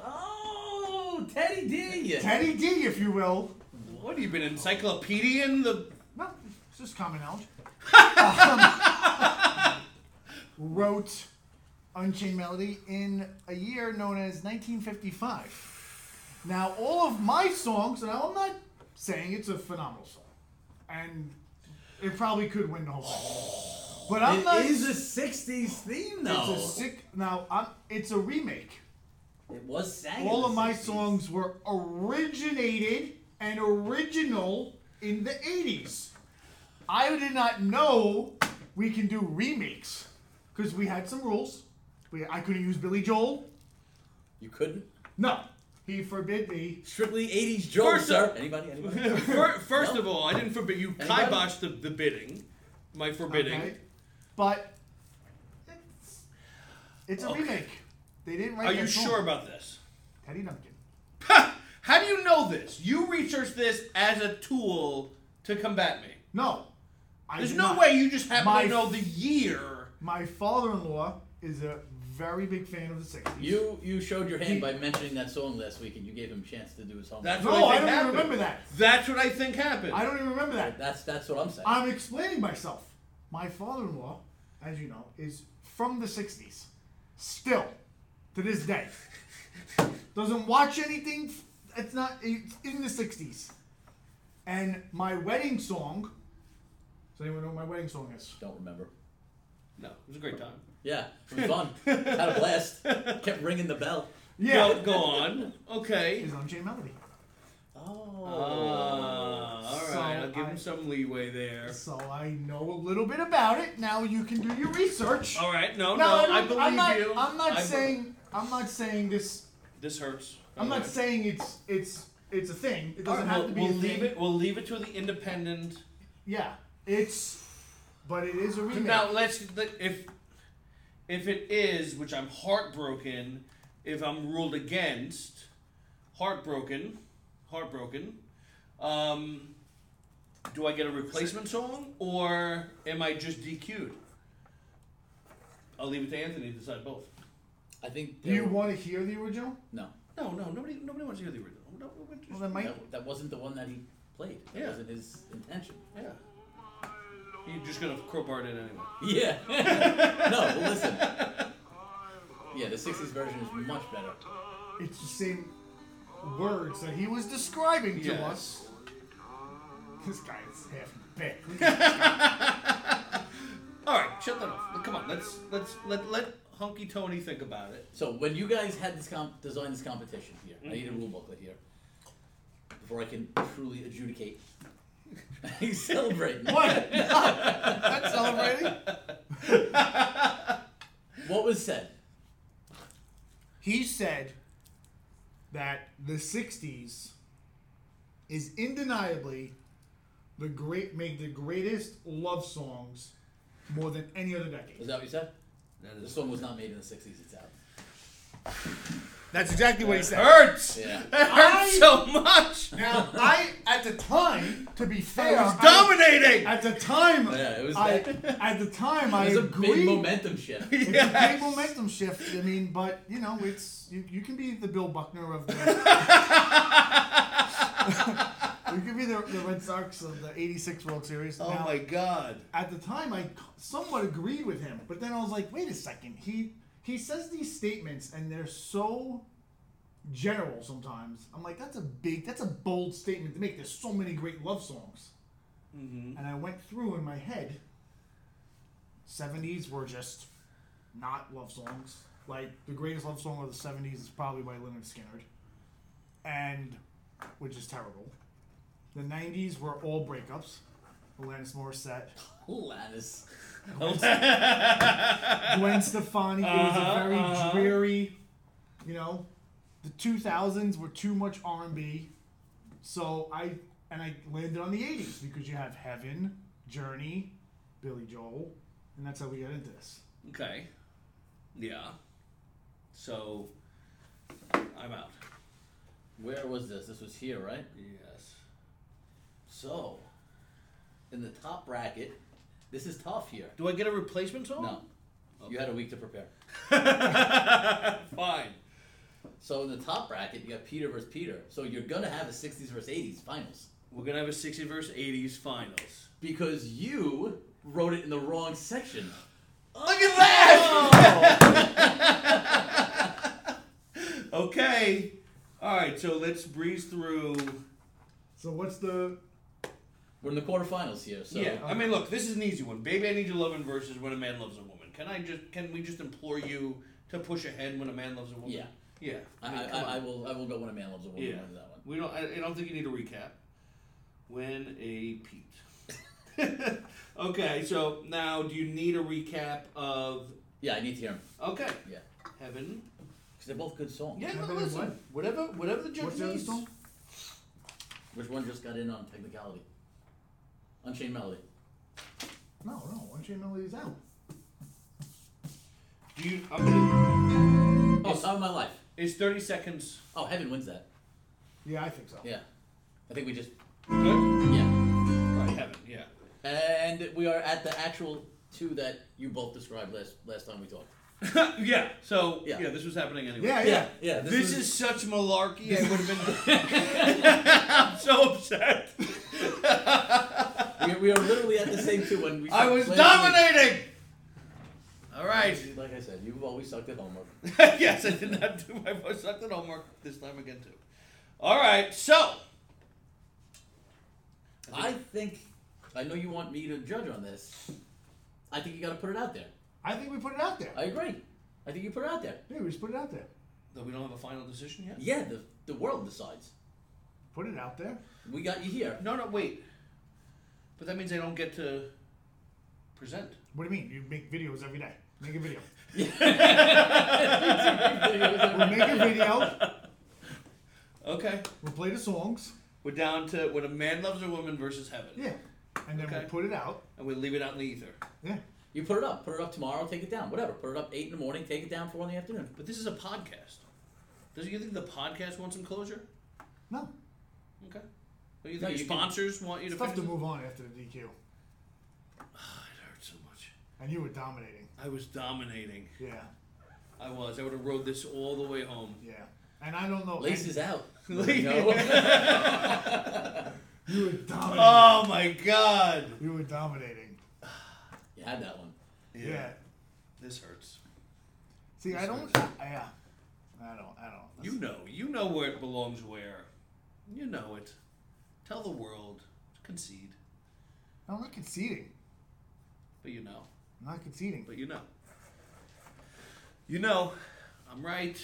Oh, Teddy D.
Teddy D, if you will.
What have you been encyclopedian? The
No, it's just common knowledge. um, wrote Unchained Melody in a year known as 1955. Now, all of my songs, and I'm not saying it's a phenomenal song, and it probably could win the whole thing. But I'm
It
not.
is a '60s theme,
it's
though.
a sick. Now, I'm, it's a remake.
it was sang.
All
in the
of my
60s.
songs were originated and original in the 80s. I did not know we can do remakes because we had some rules. We, I couldn't use Billy Joel.
You couldn't.
No, he forbid me.
Strictly '80s Joel,
First
sir.
up-
Anybody? Anybody?
fir- first of all, I didn't forbid you.
Anybody?
Kiboshed the, the bidding. My forbidding.
Okay? But it's, it's a
Okay.
remake. They didn't write
Are
that
you
song.
sure about this?
Teddy Duncan.
How do you know this? You researched this as a tool to combat me.
No. I
There's
did
no
not.
way you just happen
My
to know the year.
My father in law is a very big fan of the 60s.
You you showed your hand by mentioning that song last week, and you gave him a chance to do his homework.
That's
No,
what I
I
think
don't even
happened.
remember that.
That's what I think happened.
I don't even remember that.
that's that's what I'm saying.
I'm explaining myself. My father-in-law, as you know, is from the '60s, still to this day. Doesn't watch anything. It's not. It's in the '60s. And my wedding song. Does anyone know what my wedding song is?
Don't remember.
no, it was a great time.
Yeah, it was fun. Had a blast. Kept ringing the bell.
Yeah,
Go, go on. Okay.
is Unchained Melody.
Uh,
Oh.
all right.
So
I'll give
I-
him some leeway there.
So I know a little bit about it. Now you can do your research.
All right. No,
Now,
Oh, no. I
don't-
believe
I'm not,
you.
I'm not
I be-
saying. I'm not saying this
this hurts.
I'm not
Okay.
saying it's it's it's a thing. It doesn't
All right,
have to be
we'll,
a
we'll leave
thing.
it. We'll leave it to the independent.
Yeah, it's but it is a remake.
Now let's let- if if it is, which I'm heartbroken. If I'm ruled against, heartbroken, heartbroken. Um, do I get a replacement song or am I just DQ'd? I'll leave it to Anthony to decide both.
I think.
Do
they
you
were-
want to hear the original?
No,
No, no, nobody, nobody wants to hear the original. No, no, we're just-
Well, then Mike,
that, that wasn't the one that he played. That
Yeah.
wasn't his intention.
yeah. You're just gonna crowbar it in anyway.
Yeah. no, well, listen. Yeah, the '60s version is much better.
it's the same words that he was describing to
Yes.
us. This guy is half bit.
All right, shut that off. Come on, let's let's let let Hunky Tony think about it.
So when you guys had this comp- design this competition here, I need a rule booklet here before I can truly adjudicate. He's celebrating.
What? That's celebrating.
What was said?
He said that the 60s is undeniably the great made the greatest love songs more than any other decade.
Was that what you said?
That
This
is
song was not made in the 60s, it's out.
That's exactly what he said.
hurts.
Yeah.
It hurts
I-
so much.
Now, I at the time, to be fair,
It's
I-
dominating.
at the time,
Yeah, it was
I,
that-
at the time I
It was a big
agreed.
momentum shift.
It's a
Yes.
big momentum shift. I mean, but you know, it's you, you can be the Bill Buckner of the. you can be the, the Red Sox of the '86 World Series.
Oh
Now,
my god.
At the time, I somewhat agreed with him, but then I was like, wait a second. He he says these statements, and they're so general sometimes. I'm like, that's a big, that's a bold statement to make. There's so many great love songs, and I went through in my head. '70s were just not love songs. Like the greatest love song of the '70s is probably by Leonard Skinner, and which is terrible. The '90s were all breakups. Alanis Morissette,
Lannis.
Gwen Stefani. it was a very dreary. You know, the 2000s were too much R&B. So I and I landed on the 80s because you have Heaven, Journey, Billy Joel, and that's how we got into this.
Okay. Yeah. So I'm out.
Where was this? This was here, right?
Yes.
So, in the top bracket, this is tough here.
Do I get a replacement song?
No, you had a week to prepare.
Fine.
So in the top bracket, you got Peter versus Peter. So you're gonna have a 60s versus 80s finals
We're gonna have a 60 verse 80s finals.
because you wrote it in the wrong section.
Look at that! okay. All right. So let's breeze through.
So what's the
We're in the quarterfinals here. So
yeah. I mean, look. This is an easy one. Baby, I need your loving versus when a man loves a woman. Can I just? Can we just implore you to push ahead when a man loves a woman?
Yeah.
Yeah.
I,
mean,
I,
come on.
I, I will. I will go when a man loves a woman.
Yeah.
Yeah. That one.
We don't. I, I don't think you need a recap. When a Pete. okay. So now, do you need a recap of?
Yeah, I need to hear him.
Okay.
Yeah,
Heaven.
because they're both good songs.
Yeah.
Heaven
no,
and
listen.
what?
Whatever. Whatever the judge
what's the other
needs.
song?
Which one just got in on technicality? Unchained Melody.
No, no, One Chain Melody is out.
Do you? I'm gonna,
Oh, Time of My Life.
it's thirty seconds.
Oh, Heaven wins that.
Yeah, I think so.
Yeah, I think we just
Good.
yeah.
Right. Heaven. Yeah.
And we are at the actual two that you both described last last time we talked.
yeah. So yeah.
Yeah.
this was happening anyway.
Yeah, yeah.
yeah.
This,
was-
is such malarkey. I would have been. I'm so upset.
we, we are literally at the same two when we.
I was
played the league.
dominating. All right.
Like I said, you've always sucked at homework.
yes, I did not do my voice sucked at homework this time again too. All right, so
I think I know you want me to judge on this. I think you got to put it out there.
I think we put it out there.
I agree. I think you put it out there.
yeah, we just put it out there.
though we don't have a final decision yet.
Yeah, the the world decides.
Put it out there.
We got you here.
No, no, wait. But that means I don't get to present.
What do you mean? You make videos every day. Make a video. We'll
We're
make a video.
Okay,
We'll play the songs.
we're down to when a man loves a woman versus heaven,
Yeah. And then
Okay.
we'll put it out.
and we leave it out in the ether.
Yeah.
You put it up. Put it up tomorrow. Take it down. Whatever. Put it up eight in the morning. Take it down four in the afternoon.
But this is a podcast. Does you think the podcast wants some closure?
No.
Okay. What do you
No,
think your
you can-
sponsors want you to?
It's tough to
finish it?
move on after the DQ.
It hurts so much.
And you were dominating.
I was dominating.
Yeah.
I was. I would have rode this all the way home.
Yeah. And I don't know.
Lace is out.
Lace-
No.
You were dominating.
Oh my god.
You were dominating.
you had that one.
Yeah.
This hurts.
See, I don't. I- yeah. I don't. I don't.
You know, you know where it belongs where. You know it. Tell the world, concede,
I'm not conceding.
but you know,
I'm not conceding.
but you know. You know, I'm right.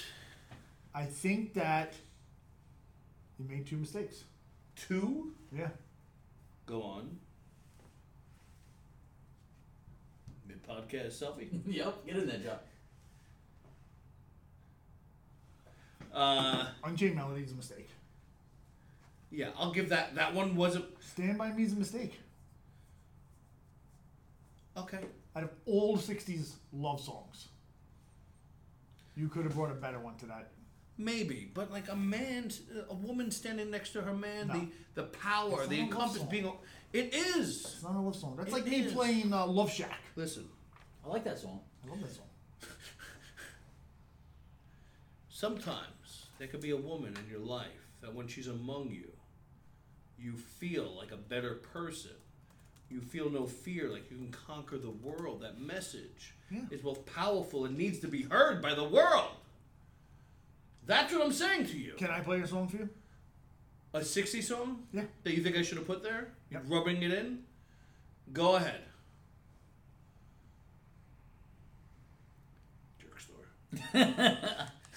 I think that you made two mistakes.
Two?
Yeah.
Go on. Mid podcast selfie.
yep, get in there, John.
Uh,
Unchained Melody is a mistake.
yeah, I'll give that. That one wasn't
Stand By Me is a mistake.
okay.
Out of all 60s love songs, you could have brought a better one to that.
Maybe, but like a man, a woman standing next to her man,
No.
the the power,
It's
the
not a love
encompass
song.
being. It is.
It's not a love song. That's
It
like me
is.
playing uh, Love Shack.
Listen,
I like that song.
I love that song.
sometimes there could be a woman in your life that when she's among you, you feel like a better person. You feel no fear, like you can conquer the world. That message
Yeah.
is both powerful and needs to be heard by the world. That's what I'm saying to you.
Can I play a song for you?
A 60 song?
Yeah.
That you think I should have put there?
Yep.
Rubbing it in? Go ahead. Jerk store.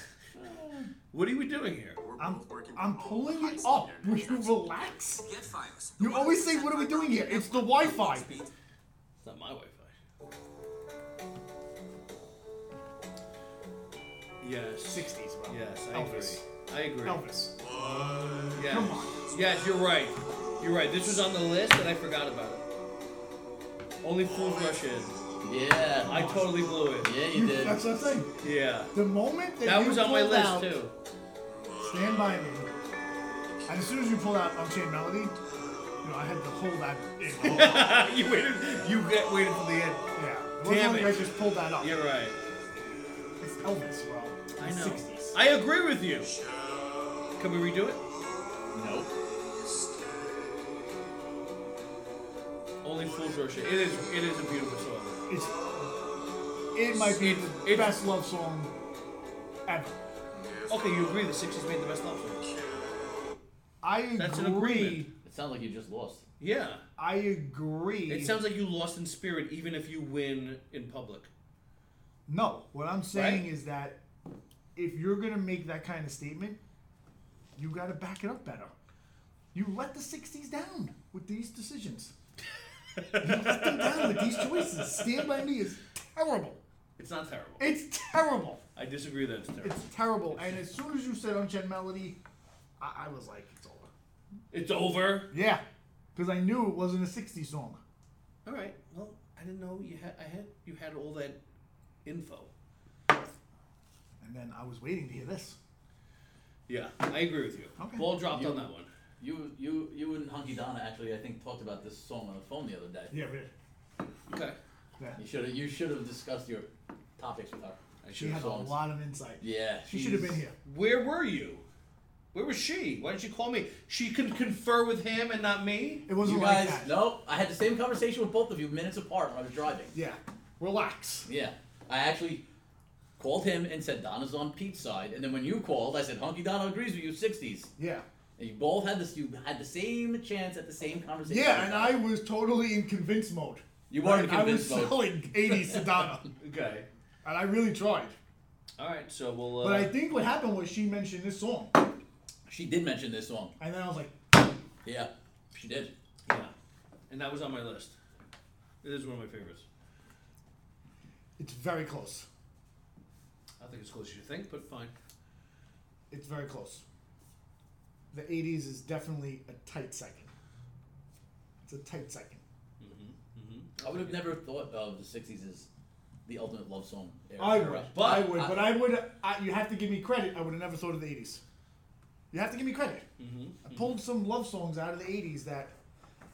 what are we doing here?
I'm, I'm pulling it up. Will you relax?
Get Fios.
You always say, what are we doing here? It's the Wi-Fi.
It's not my Wi Fi. Yes.
60s, bro.
Yes, I
Elvis.
agree. I agree.
Elvis.
Yes.
Come on.
Yes, you're right. You're right. This was on the list and I forgot about it. Only Fools Rush In.
Yeah,
I totally blew it.
yeah, you did.
That's what I'm saying.
Yeah.
The moment that,
That
you
was on my
pulled
list
out,
too.
Stand by me. And as soon as you pulled out Unchained Melody, you know I had to hold that. In. yeah,
you waited. You get waited for the end.
it wasn't
Damn
like
it.
I just pulled that up.
You're right.
It's Elvis, bro.
I
The
know.
60s.
I agree with you. Can we redo it?
Nope.
Only Fools Rush In. It is. It is a beautiful song.
It's, it might be
It's-
the
it's-
best love song ever.
Okay, you agree the '60s made the best love song.
I agree.
That's an agreement.
It sounds like you just lost.
Yeah.
I agree.
It sounds like you lost in spirit, even if you win in public.
No, what I'm saying
Right?
is that if you're gonna make that kind of statement, you gotta back it up better. You let the '60s down with these decisions. you let them down with these choices. Stand by Me is terrible.
It's not terrible.
It's terrible.
I disagree that it's terrible.
It's terrible. And as soon as you said Unchained Melody, I, I was like, it's over.
It's over.
Yeah, because I knew it wasn't a '60s song.
All right. Well, I didn't know you had. I had. You had all that info.
And then I was waiting to hear this.
Yeah, I agree with you.
Okay.
Ball dropped
You-
on that one.
You, you, you and Hunky Donna actually, I think, talked about this song on the phone the other day.
Yeah, but
Okay.
yeah.
You should have, you should have discussed your topics with her.
she had a
songs.
lot of insight.
Yeah,
she should have
she's-
been here.
Where were you? Where was she? Why didn't you call me? She can confer with him and not me?
It wasn't
You
like
guys,
that.
no, I had the same conversation with both of you minutes apart when I was driving.
Yeah. Relax.
Yeah, I actually called him and said Donna's on Pete's side, and then when you called, I said Hunky Donna agrees with you, sixties.
Yeah.
And you both had this, you had the same chance at the same conversation.
Yeah, and I was totally in convince mode.
You were in
Like,
convince
I was
mode.
selling 80s to Donna,
Okay.
and I really tried.
All right, so we'll. Uh,
But I think what happened was she mentioned this song,
She did mention this song.
and then I was like,
Yeah, she did.
Yeah. And that was on my list. It is one of my favorites.
it's very close.
I think it's close as you think, but fine.
It's very close. The 80s is definitely a tight second. It's a tight second.
I would have never thought of the '60s as the ultimate love song. era.
I would,
But
I would,
I-
but I would. I, you have to give me credit. I would have never thought of the '80s. You have to give me credit. I pulled some love songs out of the '80s that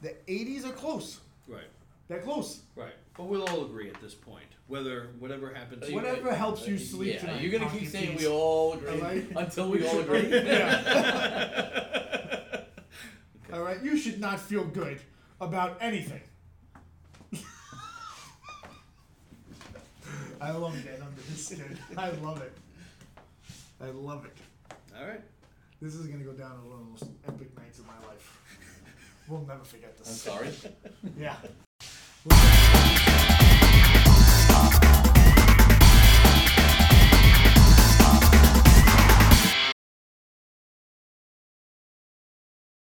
the '80s are close.
Right.
They're close.
Right. But we'll all agree at this point. Whether whatever happens.
But you-
Whatever helps you sleep
yeah,
tonight.
you're gonna keep
Monty,
saying
please.
we all agree
Alright?
until we all agree.
All right, you should not feel good about anything. I love that under this skin. I love it. I love it.
All right.
This is gonna go down as one of the most epic nights of my life. We'll never forget this.
I'm sorry.
Yeah.